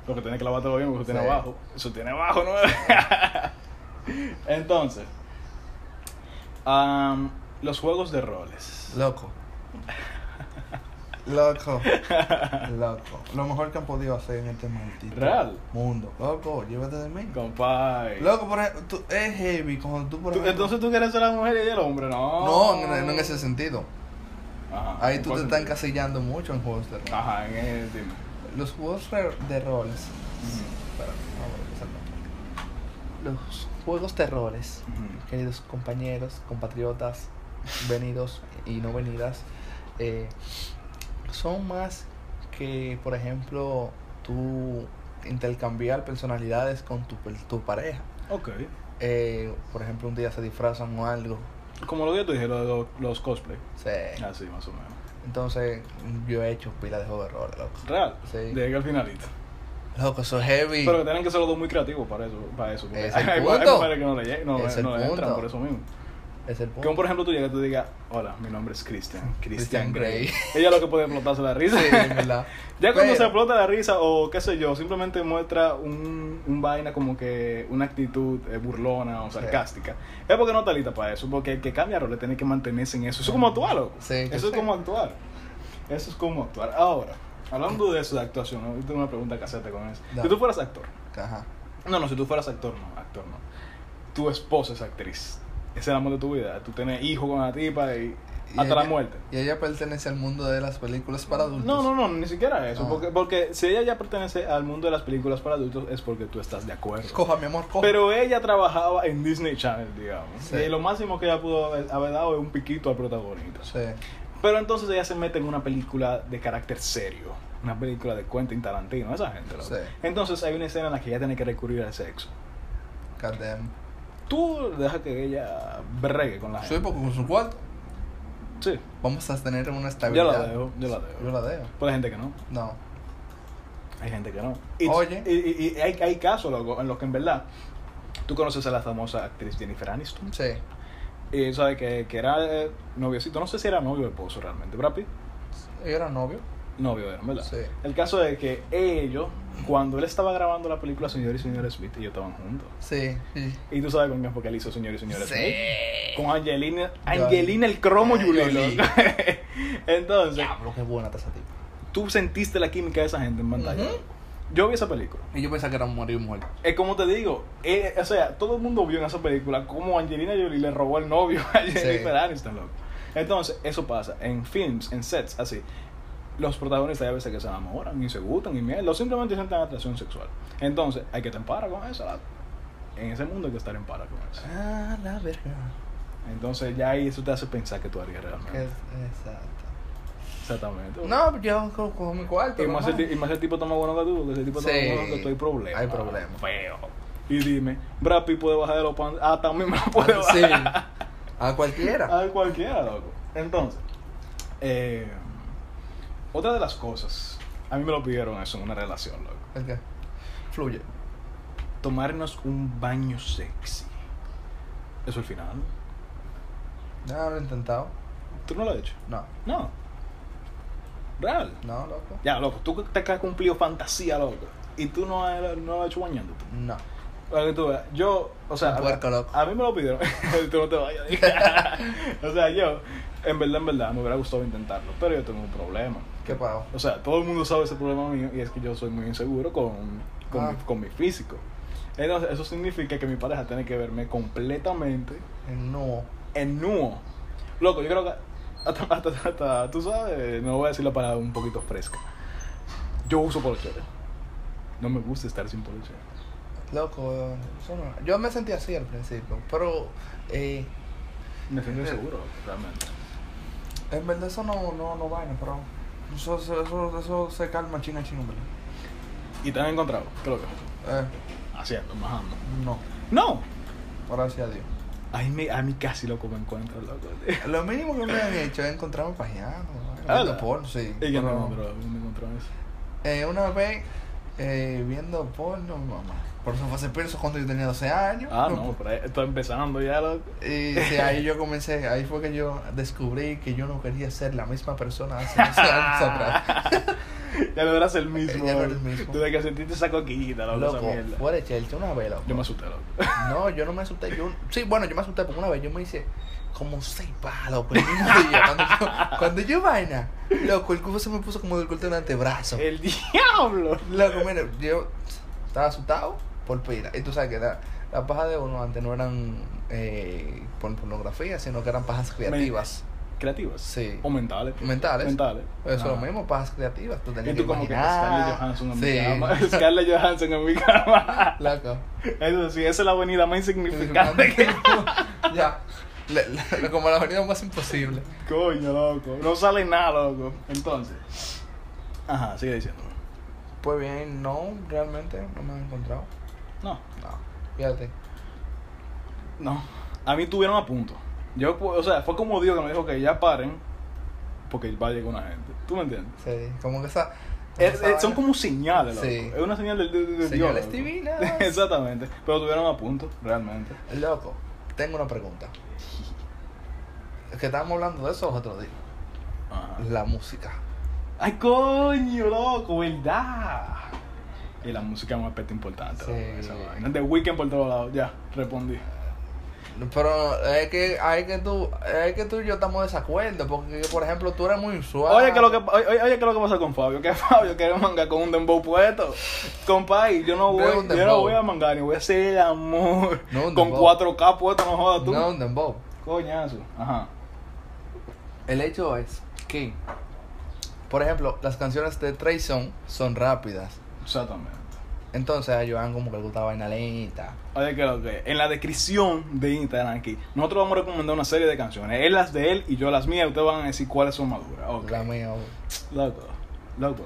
Lo que tiene que lavártelo bien, porque eso
Sí.
tiene abajo. Eso tiene abajo, ¿no? *laughs* Entonces, am, los juegos de roles.
Loco. Loco. Loco. Lo mejor que han podido hacer en este maldito
Real.
mundo. Loco, llévate de mí.
Compay.
Loco, por ejemplo, tú- es heavy cuando tú, por
Tú-
ejemplo-
Entonces tú quieres ser la mujer y el hombre, no.
No, no, no en ese sentido.
Ajá,
Ahí
¿en
tú
cuál
te estás
sentido? Ah.
encasillando mucho en juegos de rol.
Ajá, en el dime.
Los juegos re- de roles. Espérate, vamos a empezar. Los juegos de roles.
Ujú.
queridos compañeros,
*laughs*
compatriotas, venidos y no venidas, eh, son más que, por ejemplo, tú intercambiar personalidades con tu, per- tu pareja.
Ok.
Eh, por ejemplo, un día se disfrazan o algo.
Como lo que te dije, lo de lo- los cosplay.
Sí.
Así, más o menos.
Entonces, yo he hecho pila de juegos de rol, loco.
Real.
Sí.
Llegué al finalito.
Loco, eso es heavy.
Pero que tienen que ser los dos muy creativos para eso. Para eso porque
Es
hay,
el
*laughs* hay
punto.
mujeres que no le, lleg- no,
Es el
no le entran
punto.
por eso mismo.
es el
Que
punto.
un, por ejemplo, tú llegas y tú digas, hola, mi nombre es Christian.
*laughs* Christian
Christian Grey.
Grey.
Ella es lo que puede explotarse la
Sí,
risa.
en verdad.
*laughs* Ya cuando
Pero-
se explota la risa o qué sé yo, simplemente muestra un, un vaina como que una actitud eh, burlona o
Sí.
sarcástica. Es porque no está lista para eso, porque el que cambia roles tiene que mantenerse en eso. Eso es como actuar, loco.
Sí, yo
eso es
sé.
como actuar. Eso es como actuar. Ahora, hablando de eso, de actuación, ¿no? yo tengo una pregunta que hacerte con eso.
Dale.
Si tú fueras actor,
Ajá.
no, no, si tú fueras actor, no, actor no. Tu esposa es actriz. Es el amor de tu vida. Tú tienes hijos con la tipa y,
Y
hasta la
ella-
muerte.
Y ella pertenece al mundo de las películas para adultos.
No, no, no, ni siquiera eso.
Ah.
Porque, porque si ella ya pertenece al mundo de las películas para adultos es porque tú estás de acuerdo.
Coja, mi amor, coja.
Pero ella trabajaba en Disney Channel, digamos.
Sí.
Y lo máximo que ella pudo haber, haber dado es un piquito al protagonista.
Sí.
Pero entonces ella se mete en una película de carácter serio. Una película de Quentin Tarantino, esa gente. loco.
Sí.
Entonces hay una escena en la que ella tiene que recurrir al sexo.
God damn.
Tú dejas que ella bregue con la
Soy
gente.
poco con su cuarto.
Sí,
Vamos a tener una
yo
estabilidad.
la dejo, yo la dejo.
Yo la dejo.
Pero hay gente que no.
No.
Hay gente que no.
Oye.
Y, y- y hay, hay casos, loco, en los que en verdad tú conoces a la famosa actriz Jennifer Aniston.
Sí.
Y sabes que, que era eh, noviocito. No sé si era novio o esposo realmente. ¿Brad Pitt?
Ellos eran novio.
Novio era, ¿verdad?
Sí.
El caso es que ellos, cuando él estaba grabando la película Señor y Señor Smith, ellos estaban juntos.
Sí. sí.
Y tú sabes con quién porque él hizo Señor y Señor
Sí.
Smith. Con Angelina, Angelina el cromo
Ay,
Jolie.
Jolie.
loco. *laughs* Entonces,
Diablo, qué buena está esa tipa.
tú sentiste la química de esa gente en pantalla.
Ujú.
loco. Yo vi esa película.
Y yo pensaba que era un marido y mujer.
Es como te digo, eh, o sea, todo el mundo vio en esa película cómo Angelina Jolie le robó el novio a Jennifer Aniston, loco. Entonces, eso pasa en films, en sets, así. Los protagonistas hay veces que se enamoran y se gustan y mierda, o simplemente sienten atracción sexual. Entonces, hay que estar en para con eso. la- En ese mundo hay que estar en para con eso.
Ah, la verga.
Entonces, ya ahí eso te hace pensar que tú harías realmente.
Es, exacto.
Exactamente.
No, yo co- cojo mi cuarto.
Y más, el,
normal.
ti- y más el tipo está más bueno que tú, porque ese tipo está
Sí.
más bueno que tú, hay problemas.
Hay problemas.
Feo. Y dime, Brad Pitt puede bajar de los pantalones. Ah, también me la puede
Sí.
bajar.
A cualquiera.
A cualquiera, loco. Entonces, eh, otra de las cosas, a mí me lo pidieron eso en una relación, loco.
¿El qué? Fluye.
tomarnos un baño sexy. Eso es el final.
Ya lo he intentado.
¿Tú no lo has hecho?
No,
No. Real.
no, loco.
Ya, loco, tú te has cumplido fantasía, loco. Y tú no, has- no lo has hecho bañándote.
No.
Para que tú veas, yo, o sea,
Un
a-
puerco loco.
a mí me lo pidieron. *laughs* tú no te vayas. *laughs* o sea, yo, en verdad, en verdad, me hubiera gustado intentarlo, pero yo tengo un problema.
¿Qué pago?
O sea, todo el mundo sabe ese problema mío y es que yo soy muy inseguro con, con,
Ah.
mi, con mi físico. Entonces, eso significa que mi pareja tiene que verme completamente
No.
en nudo. Loco, yo creo que hasta, hasta, hasta- tú sabes, no voy a decir la palabra un poquito fresca. Yo uso polochera. No me gusta estar sin polochera.
Loco, eso no- yo me sentí así al principio, pero eh,
Me siento inseguro, realmente.
en verdad eso no, no, no vaina, pero eso, eso, eso, eso se calma chinga chinga, en verdad.
Y te han encontrado, creo que.
Eh,
Haciendo, bajando.
no,
¡No!
gracias a Dios.
Ay, me, a mí casi loco me encuentro, loco. *laughs*
Lo mínimo que me han hecho es encontrarme pajeando,
Ah,
viendo
¿verdad?
porno, sí.
Y que no me
pero,
encontró, no me encontró eso.
eh, una vez eh, viendo porno, mamá. Por eso fue hace eso cuando yo tenía 12 años.
Ah, no, pero estoy empezando ya, loco. *laughs*
Y sí, ahí yo comencé, ahí fue que yo descubrí que yo no quería ser la misma persona hace 12
*laughs*
años atrás.
ya no eras el mismo.
Ya no
loco.
eres el mismo.
Desde que sentiste esa coquillita, loco, esa
Loco,
mierda.
fuera de Chelsea, una vez, loco.
Yo me asusté, loco.
No, yo no me asusté. Yo, sí, bueno, yo me asusté porque una vez yo me hice como seis palos
*laughs*
por el mismo día. Cuando yo, cuando yo vaina, loco, el cubo se me puso como del corte de un antebrazo.
*laughs* ¡El diablo!
Loco, mira, yo estaba asustado por pila. Y tú sabes que la- las pajas de uno antes no eran eh, por pornografía, sino que eran pajas creativas.
¿Creativas?
Sí.
¿O mentales?
Mentales.
Mentales.
Eso es lo
Ah.
mismo, pajas creativas. Tú
Y
tenías
tú como que Scarlett Johansson en mi cama. *laughs*
Sí.
Scarlett Johansson en mi cama. *laughs*
Loco.
Eso sí, esa es la avenida más insignificante que...
*laughs* ya. Le- le- le- como la avenida más imposible.
Coño, loco. No sale nada, loco. Entonces. Ajá, sigue diciendo.
Pues bien, no, realmente no me han encontrado.
No.
No, fíjate.
No. A mí tuvieron a punto. Yo, pu- o sea, fue como Dios que me dijo que ya paren porque va a llegar una gente. ¿Tú me entiendes?
Sí, como que esa.
Es-
esa
es- son
vaina.
como señales, loco.
Sí.
Es una señal de, de- de Dios.
Señales
loco.
divinas.
*laughs* Exactamente. Pero tuvieron a punto,
*laughs*
realmente.
Loco, tengo una pregunta. Es que estábamos hablando de eso los otros días.
Ajá.
La música.
Ay, coño, loco, ¿verdad? Y la música es un aspecto importante,
Sí.
loco, esa vaina. The Weeknd por todos lados, ya, respondí.
Pero es que hay que tú, es que tú y yo estamos de desacuerdo. Porque, por ejemplo, tú eres muy usual.
Oye, que lo que, oye, oye, que lo que pasa con Fabio, que *laughs* Fabio quiere mangar con un dembow puesto. Compay, yo no
No
voy,
es un
yo no
dembow.
voy a mangar ni voy a hacer el amor
No es un
con
dembow.
4K puesto, no jodas tú.
No, un dembow.
Coñazo. Ajá.
El hecho es que, por ejemplo, las canciones de Trey Songz son rápidas.
Exactamente.
Entonces a Joan como que le gusta vaina lenta.
Oye, que lo que en la descripción de Instagram aquí, nosotros vamos a recomendar una serie de canciones. Él las de él y yo las mías. Ustedes van a decir cuáles son maduras. Ok.
La mía.
Loco. Loco.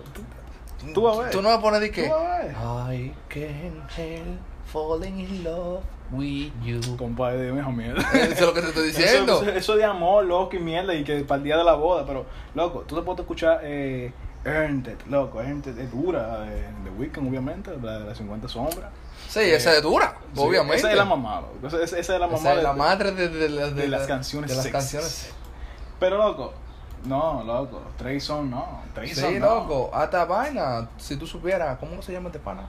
Tú, tú vas a ver.
Tú no vas a poner de que.
Tú vas a ver.
I can't help falling in love with you.
Compadre, dime esa mierda.
Eso es lo que te estoy diciendo.
Eso, eso- eso de amor, loco, y mierda, y que para el día de la boda, pero, loco, tú te puedes escuchar eh, Earned It, loco, Earned It es dura, eh, The Weeknd, obviamente, la de las 50 sombras.
Sí, esa es dura,
Sí,
obviamente.
Esa es la mamá, loco, esa, esa- esa es la mamá
Esa es
de,
la madre de, de- de-
de
de-
las canciones
De las
sexys.
canciones.
Pero, loco, no, loco, Trey Songz no, Trey Songz
Sí,
no.
loco. Hasta vaina. Si tú supieras, ¿cómo se llama este pana?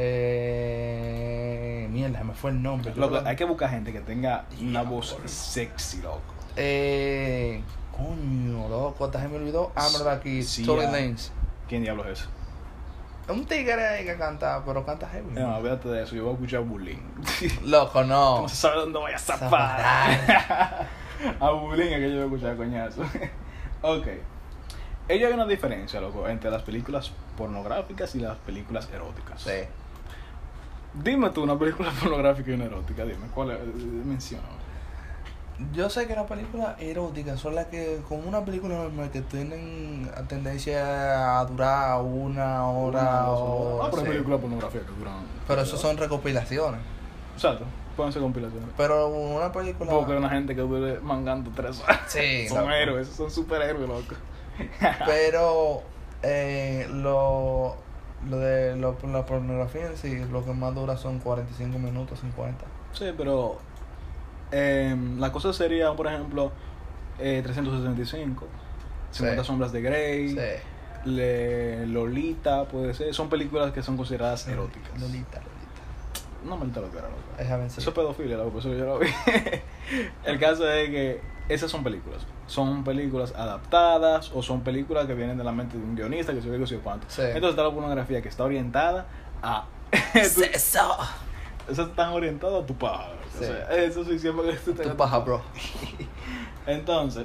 Eh. Mierda, me fue el nombre. Yo
Loco,
creo-
hay que buscar gente que tenga una voz sexy, loco.
Eh. Coño, loco. Hasta se me olvidó. Ah, verdad, aquí.
Sí,
Tory
ah.
Lanez.
¿Quién diablos es eso?
Un tigre ahí que canta, pero canta heavy.
No, olvídate de eso, yo voy a escuchar Bullying.
Loco, no.
No se sabe dónde voy a
Zapar.
zapar. *laughs* a bullying es que yo voy a escuchar coñazo. *laughs* ok. Ella hay una diferencia, loco, entre las películas pornográficas y las películas eróticas.
Sí.
Dime tú una película *laughs* pornográfica y una erótica, dime, ¿cuál es? Eh, menciona?
Yo sé que las películas eróticas son las que, como una película normal, que tienen a tendencia a durar una hora o.
Ah, pero
sí.
hay películas pornográficas que duran.
Pero eso son recopilaciones.
Exacto, pueden ser compilaciones.
Pero una película.
Puedo creer una gente que dure mangando tres horas.
Sí,
son
loco.
héroes, son superhéroes, loco.
Pero eh, lo, Lo de lo- la pornografía en sí, lo que más dura son 45 minutos, 50.
Sí, pero em, la cosa sería, por ejemplo, eh, 365, 50
Sí.
sombras de Grey,
Sí.
Le- Lolita, puede ser. Son películas que son consideradas eróticas.
Lolita, Lolita.
No me lo que era loca.
Esa vencida.
Eso es pedofilia, loco, por eso yo lo vi. *laughs* El caso es que esas son películas. Son películas adaptadas o son películas que vienen de la mente de un guionista, que se ve que sé cuánto.
Sí.
Entonces está la pornografía que está orientada a... *laughs*
Eso.
Eso está orientado a tu paja. O
Sí.
sea, eso sí siempre que tú
Tu
tengas-
paja, bro.
Entonces,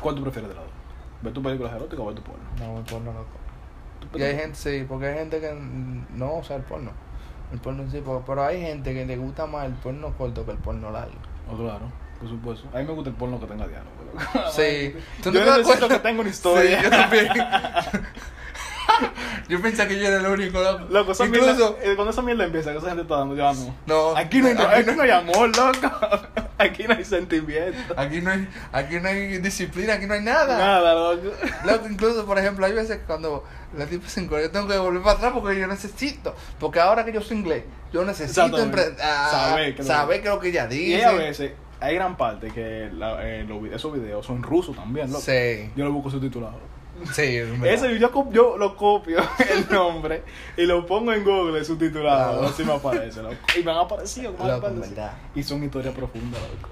¿cuál tú prefieres de lado? ¿Ver tus películas eróticas o ver tu porno?
No, el porno loco. Y hay gente, sí, porque hay gente que n- no, o sea, el porno. El porno en sí, pero, pero hay gente que le gusta más el porno corto que el porno largo.
Oh, claro, por supuesto. A mí me gusta el porno que tenga diálogo. loco.
Sí.
Yo
¿Tú no te das
necesito
cuenta?
que tenga una historia.
Sí, yo también. *laughs* yo pensé que yo era el único loco.
Loco, esa
Incluso.
mierda- eh, cuando esa mierda empieza, que esa gente está dando, ya no.
No,
Aquí no hay,
aquí
aquí no hay amor, loco. *laughs* Aquí no hay sentimiento.
Aquí no hay, aquí no hay disciplina, aquí no hay nada.
Nada, loco.
Loco, incluso, por ejemplo, hay veces cuando la tipa se encuentra, yo tengo que volver para atrás porque yo necesito. Porque ahora que yo soy inglés, yo necesito
Exactamente.
empre- ah,
Saber
saber,
que
que
lo-
lo que ella
Y
dice.
hay a veces, hay gran parte que la- eh, los vide- esos videos son rusos también, loco.
Sí,
Yo lo busco subtitulado.
sí, en verdad.
Ese yo, cop- yo lo copio *laughs* el nombre y lo pongo en Google subtitulado.
Claro.
Así me aparece, loco. Y me han aparecido, me han
Loco, en
aparecido.
verdad.
Y son historias profundas, loco.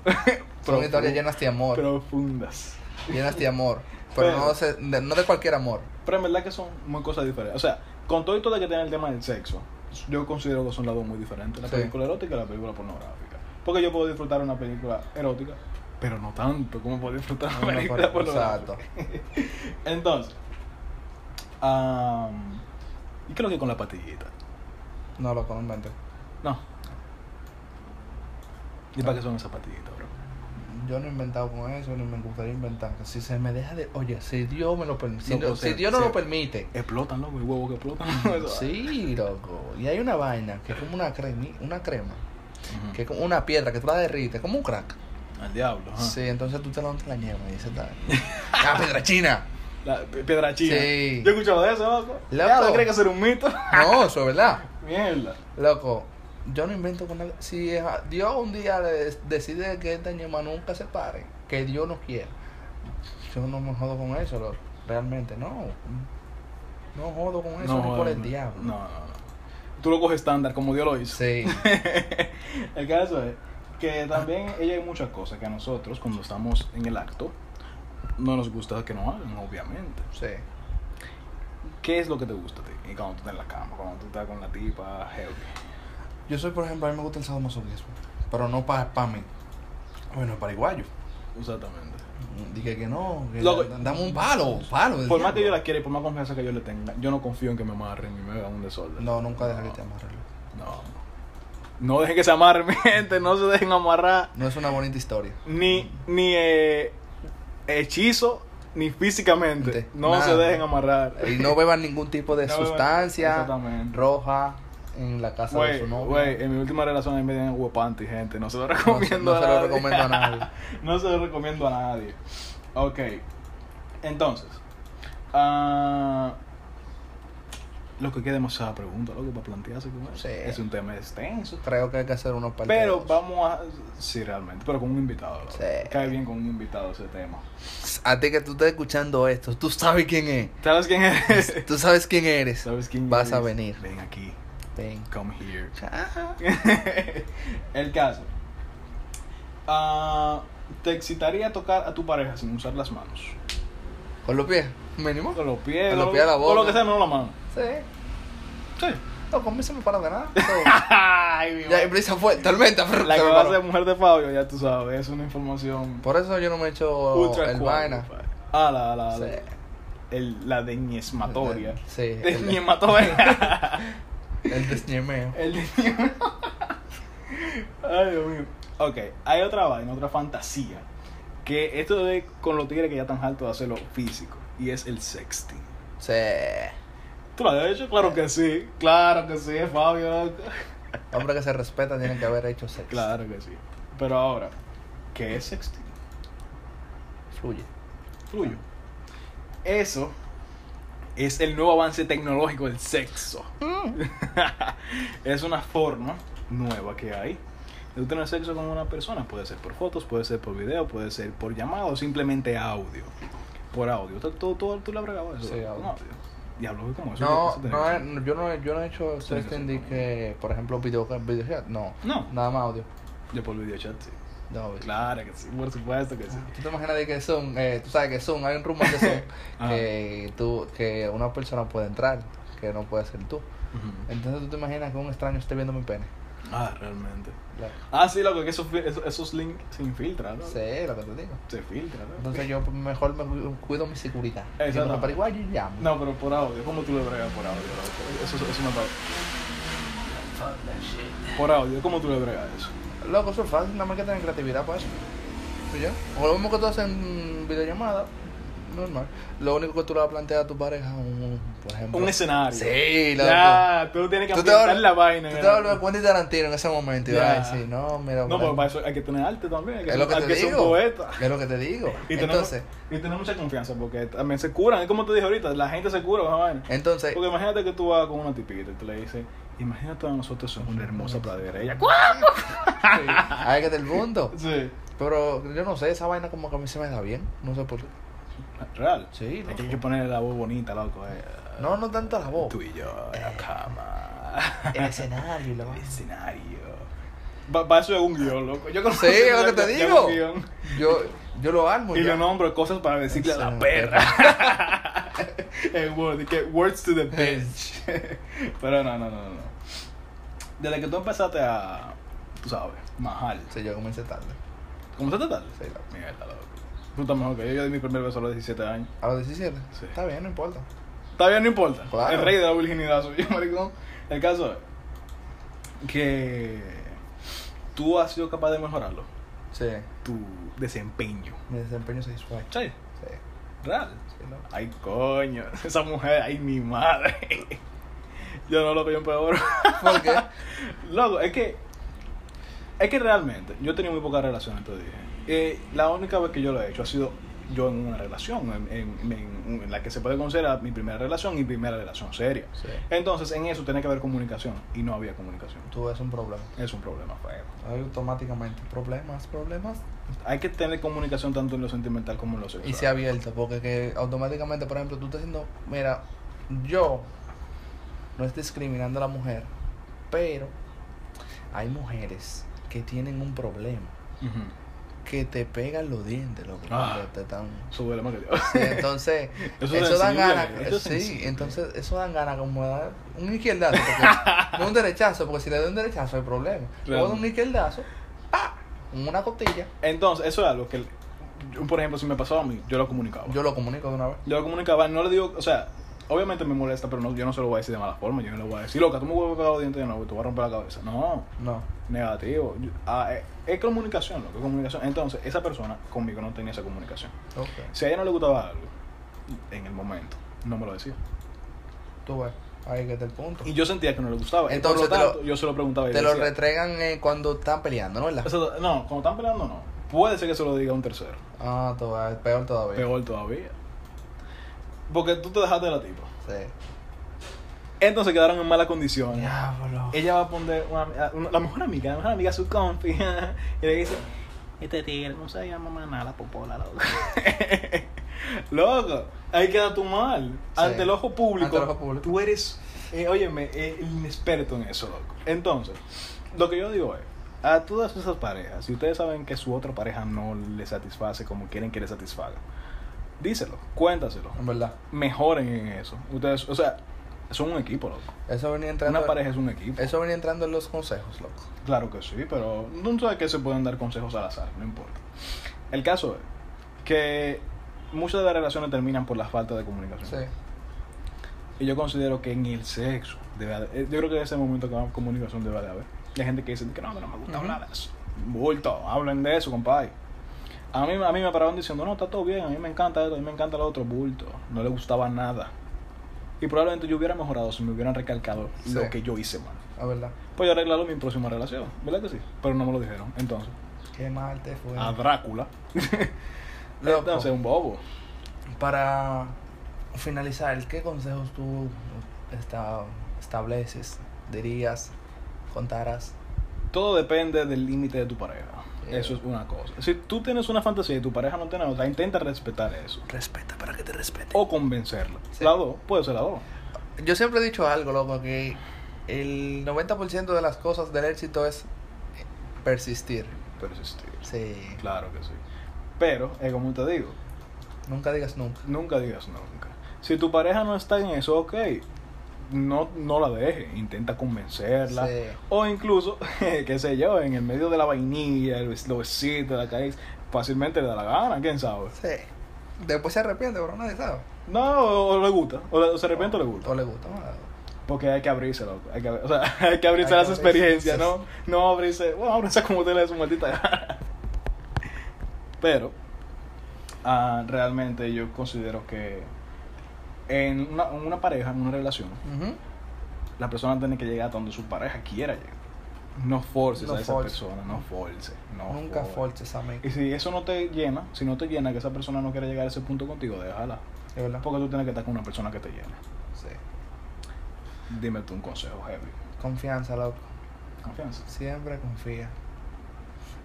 Son historias
Profun-
llenas de amor,
Profundas.
llenas de amor. Pero
Pero-
no, se- de, no de cualquier amor.
Pero en verdad que son muy cosas diferentes. O sea, con todo esto de que tiene el tema del sexo, yo considero que son lados muy diferentes. La
Sí.
película erótica y la película pornográfica. Porque yo puedo disfrutar una película erótica, pero no tanto como puedo disfrutar una
Una
película
Ah, por-
pornográfica.
Exacto.
Entonces, am, ¿y qué es lo que con la pastillita?
No lo comento.
No. ¿Y para qué son esas pastillitas, bro?
Yo no he inventado con eso, ni me gustaría inventar. Si se me deja de. Oye, si Dios me lo permite. Si,
Loco,
no-
se-
si Dios no
se-
lo permite.
Explotan, loco, el huevo
*laughs*
que explotan.
Sí, loco. Y hay una vaina que es como una, cremi- una crema.
Ujú.
que es como una piedra que tú la derrites, como un crack.
Al diablo, ajá.
Sí, entonces tú te la te la llevas y dices, *laughs* "Dale". ¡Ah, piedra china!
La pe- piedra china.
Sí.
Yo he escuchado de eso, loco. Ya,
Loco.
¿tú crees que será un mito? *laughs*
No, eso es verdad.
Mierda.
Loco, yo no invento con nada. Si es a- Dios un día le- decide que esta ñema nunca se pare, que Dios no quiera, yo no me jodo con eso, loco. Realmente, no. No jodo con eso ni por
joder,
el diablo.
No, no, no. Tú lo coges estándar, como Dios lo hizo. *laughs*
Sí,
El caso es que también ella hay muchas cosas que a nosotros, cuando estamos en el acto, no nos gusta que no hagan, obviamente.
sí.
¿Qué es lo que te gusta a ti? Y cuando tú estás en la cama, cuando tú estás con la tipa, heavy.
Yo soy, por ejemplo, a mí me gusta el sadomasoquismo, pero no para mí. Bueno, paraguayo.
Exactamente.
Dije que no, que
Loco,
da- dame un palo, palo. del
Por
diablo.
más que yo la quiera y por más confianza que yo le tenga, yo no confío en que me amarren y me hagan un desorden.
No, nunca deja que te amarren.
No. No dejen que se amarren, *laughs* mi gente. No se dejen amarrar.
No es una bonita historia.
*laughs* Ni, ni eh, hechizo, ni físicamente.
Gente,
No
nada.
se dejen amarrar.
Y no beban ningún tipo de
No beban-
sustancia
Exactamente.
roja en la casa de
Güey,
su novia.
güey, en mi última relación a mí me dieron huepanti, gente. No se lo *laughs*
no, se-
recomiendo
no
a
se lo
nadie.
recomiendo a nadie.
*laughs* no se lo recomiendo a nadie. Ok. Entonces. ah, lo que queda demasiada pregunta, loco, para plantearse con
Sí.
eso. Es un tema extenso.
Creo que hay que hacer unos parte
Pero
dos.
vamos a. Sí, realmente. Pero con un invitado. loco.
Sí.
Cae bien con un invitado ese tema.
A ti que tú estás escuchando esto, tú sabes quién es.
¿Sabes
*laughs*
quién eres?
Tú sabes quién eres.
¿Sabes quién
Vas a
eres?
venir.
Ven aquí.
Ven.
Come here.
Chao.
*laughs* El caso. Ah, ¿Te excitaría tocar a tu pareja sin usar las manos?
Con los pies, mínimo.
Con los pies.
Con los
lo-
pies, la
Con lo
boca.
que sea, menos la mano.
Sí. *laughs*
Sí.
No, conmigo se me para de
*laughs*
nada.
Ay, mi
ya, y brisa fue, tormenta. se
*laughs* La que
me
va a
paró.
ser mujer de Fabio, ya tú sabes, es una información
Por eso yo no me he hecho
ultra
Oh, el
qualified.
vaina.
Ah, la, la, la,
Sí.
el- la deñesmatoria.
*laughs* Sí. el- *laughs*
Deñesmatoria.
El desñemeo.
el deñe- Ay, Dios mío. Ok, hay otra vaina, otra fantasía. Que esto es con los tigres que ya están hartos de hacerlo físico. Y es el sexting.
Sí.
¿Tú lo has hecho? Claro que sí. Claro que sí, Fabio.
Hombre que se respeta tienen que haber hecho sexo.
Claro que sí. Pero ahora, ¿qué es sexting?
Fluye.
Fluyo. Eso es el nuevo avance tecnológico del sexo.
Mm.
*laughs* es una forma nueva que hay de tú tener sexo con una persona. Puede ser por fotos, puede ser por video, puede ser por llamado, o simplemente audio. Por audio. ¿Tú, tú, tú, tú le has bregado eso?
Sí,
¿Con
audio.
Diablo, ¿cómo eso?
No,
Eso tiene
no, eh.
que
he-
ser.
yo no, he- yo no he hecho
Tienes
sexting
que
de
ser.
que, por ejemplo, video, video chat. No.
No.
Nada más audio.
Yo por videochat, sí. Pues
De audio.
Claro que sí, por supuesto que sí.
¿Tú te imaginas de que son, eh, tú sabes que son, hay un rumor de
*laughs*
son,
Ajá.
que, tú, que una persona puede entrar, que no puede ser tú.
Ujú.
Entonces tú te imaginas que un extraño esté viendo mi pene.
Ah, realmente.
Claro.
Ah, sí, loco, que esos, fi- esos, esos links se infiltran, ¿no?
Sí, lo que te digo.
Se filtran, ¿no?
Entonces yo mejor me cu- cuido mi seguridad. Yo
Exacto.
mejor, Pero igual yo llamo.
No, pero por audio. ¿Cómo tú le bregas por audio? loco? Eso, eso me parece. Por audio, ¿cómo tú le bregas eso?
Loco, eso es fácil, nada más que tener creatividad para eso. Y ya. O lo mismo que tú haces en videollamada, normal. Lo único que tú le vas a plantear a tu pareja, un, por ejemplo.
Un escenario.
Sí, loco.
Ya, tú tienes que
Tú te
ambientar
vas-
la vaina.
Tú
ya.
te vas a volver Quentin Tarantino en ese momento y vas a
Ya.
decir, no, mira,
No,
bueno,
pero para eso hay que tener arte también. Hay que,
es lo que
hay
te
que ser
digo.
poeta.
Es lo que te digo.
*laughs* Y tener-
Entonces,
y tener mucha confianza porque también se curan. Es como te dije ahorita, la gente se cura con esa vaina.
entonces, *laughs*
Porque imagínate que tú vas con una tipita y tú le dices, imagínate a nosotros en una hermosa pradera. Ella, ¿cuál?
sí, hay que del mundo.
Sí.
Pero yo no sé, esa vaina como que a mí se me da bien. No sé por qué.
Real.
Sí,
Hay que, hay
loco.
que ponerle la voz bonita, loco. eh.
No, no tanto la voz.
Tú y yo, en la cama.
*laughs* El escenario y la
El *laughs*
vaina.
escenario. Para eso es un guión, loco. Yo conozco
Sí, es lo
ya-
que te
ya- ya
digo.
un guión.
Yo, yo lo armo.
Y
ya.
le nombro cosas para decirle a la
Sí,
perra. *laughs* En Word, que words to the bench. *laughs* Pero no, no, no, no. Desde que tú empezaste a, tú sabes, majal.
Sí, yo comencé tarde.
¿Cómo se te tal?
Sí, loco.
Mierda, loco. Tú estás mejor que yo. Yo di mi primer beso a los 17 años.
A los 17.
Sí.
Está bien, no importa.
Está bien, no importa.
Claro.
El rey de la virginidad soy yo, *laughs* maricón. El caso es que tú has sido capaz de mejorarlo.
Sí.
Tu desempeño.
Mi desempeño satisfactorio.
Sí,
Sí.
real.
Sí,
*laughs*
loco.
Ay, coño. *laughs* Esa mujer, ay, mi madre. *laughs* Yo no lo que yo empeoro.
¿Por qué?
*laughs* Loco, es que. Es que realmente, yo he tenido muy pocas relaciones, te dije. Eh, la única vez que yo lo he hecho ha sido yo en una relación, en, en- en- en la que se puede considerar mi primera relación y primera relación seria.
Sí.
Entonces, en eso tenía que haber comunicación y no había comunicación.
Tú es un problema.
Es un problema feo.
Automáticamente. Problemas, problemas.
Hay que tener comunicación tanto en lo sentimental como en lo sexual.
y se ha abierto porque que automáticamente por ejemplo tú estás diciendo mira yo no estoy discriminando a la mujer pero hay mujeres que tienen un problema
Ujú.
que te pegan los dientes loco,
Ah.
cuando te están-
Eso duele más que
Sí,
Dios. *laughs*
entonces
Eso
eso,
es
dan
sensible,
ganas
eso es
sí
sensible.
entonces eso dan ganas como de dar un izquierdazo
*laughs*
porque, no un derechazo porque si le doy un derechazo hay problema luego de un
Realmente.
izquierdazo ¡pa! una costilla
Entonces, eso era lo que. yo, por ejemplo, si me pasaba a mí, yo lo comunicaba.
yo lo comunico de una vez
Yo lo comunicaba, no le digo, o sea, obviamente me molesta, pero no, yo no se lo voy a decir de mala forma. Yo no le voy a decir, loca, tú me voy a pegar los dientes de nuevo, te voy a romper la cabeza. No,
no
negativo. Yo- ah, eh, es, comunicación, loco, es comunicación. Entonces, esa persona conmigo no tenía esa comunicación.
okay.
Si a ella no le gustaba algo, en el momento, no me lo decía.
Tú ves, ahí que está el punto.
Y yo sentía que no le gustaba. y por
Entonces,
lo
te lo-
tanto, yo se lo preguntaba y
te
le
lo
decía.
retregan eh, cuando están peleando, ¿no es verdad?
O sea, no, cuando están peleando, no. Puede ser que se lo diga a un tercero.
Ah, tú ves, peor todavía.
Peor todavía. Porque tú te dejaste de la tipa.
Sí.
Entonces quedaron en mala condición.
Diablo.
Ella va a poner una, una- la mejor amiga, la mejor amiga, su confi. *laughs* y le dice,
Este tigre no se llama más nada la popola, loco.
loco, ahí queda tu mal. Ante el ojo público.
Ante el ojo público.
Tú eres, eh, óyeme, eh, el inexperto en eso, loco. Entonces, lo que yo digo es, a todas esas parejas, si ustedes saben que su otra pareja no le satisface como quieren que le satisfaga, díselo, cuéntaselo.
En verdad.
Mejoren en eso. Ustedes, o sea, son un equipo, loco.
Eso venía entrando.
Una pareja es un equipo.
Eso venía entrando en los consejos, loco.
Claro que sí, pero no sabes que se pueden dar consejos al azar, no importa. El caso es que muchas de las relaciones terminan por la falta de comunicación.
Sí.
Y yo considero que en el sexo, debe haber- eh, yo creo que en ese momento que más comunicación debe de haber. Y hay gente que dice que no, que no me gusta
Ujú.
hablar de eso. Bulto, hablen de eso, compadre. A mí, a mí me paraban diciendo, no, está todo bien, a mí me encanta esto, a mí me encanta lo otro, bulto. No le gustaba nada. Y probablemente yo hubiera mejorado si me hubieran recalcado
Sí.
lo que yo hice mal.
La verdad.
Pues yo arreglarlo en mi próxima relación, ¿verdad que sí? Pero no me lo dijeron. Entonces,
Qué mal te fue.
Ah, a Drácula.
Loco.
Entonces, un bobo.
Para finalizar, ¿qué consejos tú esta- estableces, dirías, contarás?
Todo depende del límite de tu pareja.
Yeah.
Eso es una cosa. Si tú tienes una fantasía y tu pareja no tiene otra, intenta respetar eso.
Respeta para que te respete.
O convencerla.
Sí.
La dos, puede ser la dos.
Yo siempre he dicho algo, loco, que el 90% de las cosas del éxito es persistir.
Persistir.
Sí.
Claro que sí. Pero, es como te digo,
Nunca digas nunca.
nunca digas nunca. Si tu pareja no está en eso, ok, no, no la dejes. Intenta convencerla.
Sí.
O incluso, *laughs* qué sé yo, en el medio de la vainilla, el bes- los besitos, la caída, fácilmente le da la gana, quién sabe.
Sí. Después se arrepiente, pero nadie sabe.
No, o, o le gusta, o, le- o se arrepiente o le gusta.
O le gusta. ¿no?
Porque hay que abrirse, loco. Hay que, o sea, *laughs* hay que abrirse
Hay
a
que
las
abrirse.
experiencias, ¿no? No abrirse, bueno, abrirse *laughs* como te le dé su maldita gana. Pero, ah, realmente yo considero que en una, en una pareja, en una relación,
Ujú.
la persona tiene que llegar a donde su pareja quiera llegar. No forces
No
a esa
force.
persona, no forces. No
Nunca
force.
forces a mí.
Y si eso no te llena, si no te llena que esa persona no quiera llegar a ese punto contigo, déjala.
¿De verdad?
Porque tú tienes que estar con una persona que te llena.
Sí.
Dime tú un consejo heavy.
Confianza, loco.
Confianza.
Siempre confía.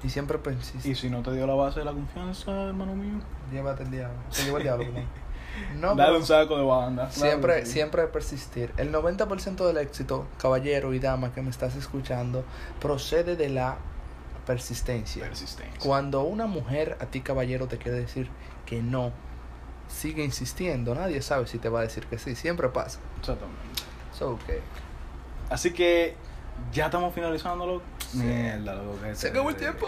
Y siempre persiste.
Y si no te dio la base de la confianza, hermano mío,
Llévate el diablo. Te lleva el diablo,
*laughs*
perdón. No,
dale
pero
un saco de banda. Dale
siempre,
un-
siempre persistir. El 90% del éxito, caballero y dama que me estás escuchando, procede de la persistencia.
Persistencia.
Cuando una mujer a ti, caballero, te quiere decir que no, sigue insistiendo. Nadie sabe si te va a decir que sí. Siempre pasa.
Exactamente.
So, okay.
Así que ya estamos finalizando, loco.
Sí.
Mierda, loco. que
Se
te-
acabó el tiempo.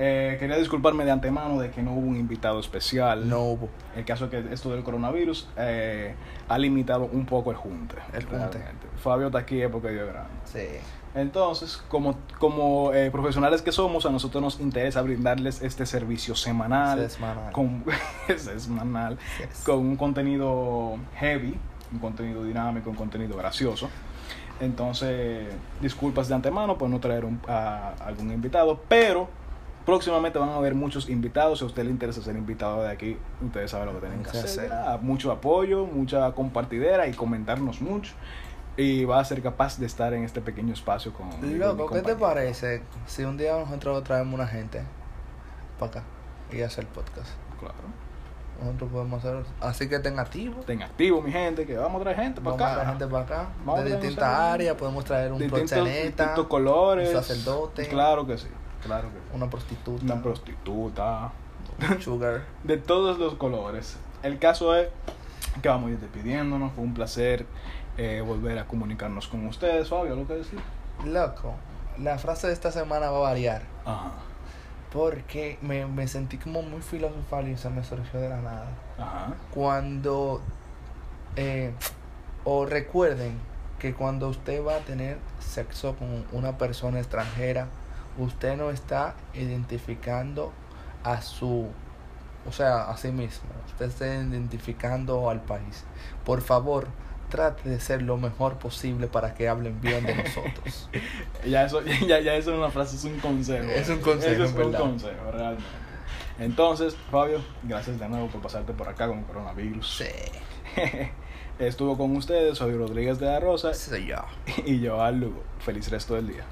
Eh, quería disculparme de antemano de que no hubo un invitado especial.
No hubo.
El caso es que esto del coronavirus eh, ha limitado un poco el junte.
El junte.
realmente. Fabio está aquí es porque dio grande.
Sí.
Entonces, como, como eh, profesionales que somos, a nosotros nos interesa brindarles este servicio semanal,
Se desmana.
con, *laughs* semanal,
Yes.
con un contenido heavy, un contenido dinámico, un contenido gracioso. Entonces, disculpas de antemano por no traer un- a, algún invitado, pero próximamente van a haber muchos invitados. Si a usted le interesa ser invitado de aquí, ustedes saben lo que tienen que
Sí, sí.
hacer. ya. Mucho apoyo, mucha compartidera y comentarnos mucho. Y va a ser capaz de estar en este pequeño espacio con.
Loco, ¿qué te
compañero.
parece si un día nosotros traemos una gente para acá y hacer el podcast?
Claro.
Nosotros podemos hacer así que estén activos.
Ten activo, mi gente, que vamos a traer gente para
Vamos a
acá.
traer gente para acá.
Vamos
de
a traer un
distintas
saludo.
áreas, podemos traer un
distintos,
proxeneta,
distintos colores.
un sacerdote.
Claro que sí. Claro que sí.
una prostituta,
Una prostituta.
un sugar.
De todos los colores. El caso es que vamos a ir despidiéndonos. Fue un placer eh, volver a comunicarnos con ustedes. Fabio, ¿lo que decir?
Loco, la frase de esta semana va a variar
Ajá.
porque me, me sentí como muy filosofal y se me surgió de la nada.
Ajá.
cuando eh, o recuerden que cuando usted va a tener sexo con una persona extranjera, usted no está identificando a su, o sea, a sí mismo, usted está identificando al país. Por favor, trate de ser lo mejor posible para que hablen bien de nosotros.
Ya eso, *laughs* ya, ya eso es una frase, es un consejo.
Es un consejo,
Eso es un
¿verdad?
consejo, realmente. Entonces, Fabio, gracias de nuevo por pasarte por acá con coronavirus. Estuvo con ustedes Fabio Rodríguez de la Rosa
soy yo.
y yo, Al Lugo. Feliz resto del día.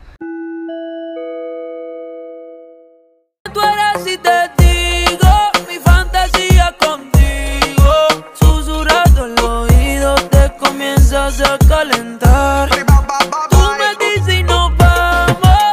Tú eres y te digo mi fantasía contigo. Susurrando en los oídos te comienzas a calentar.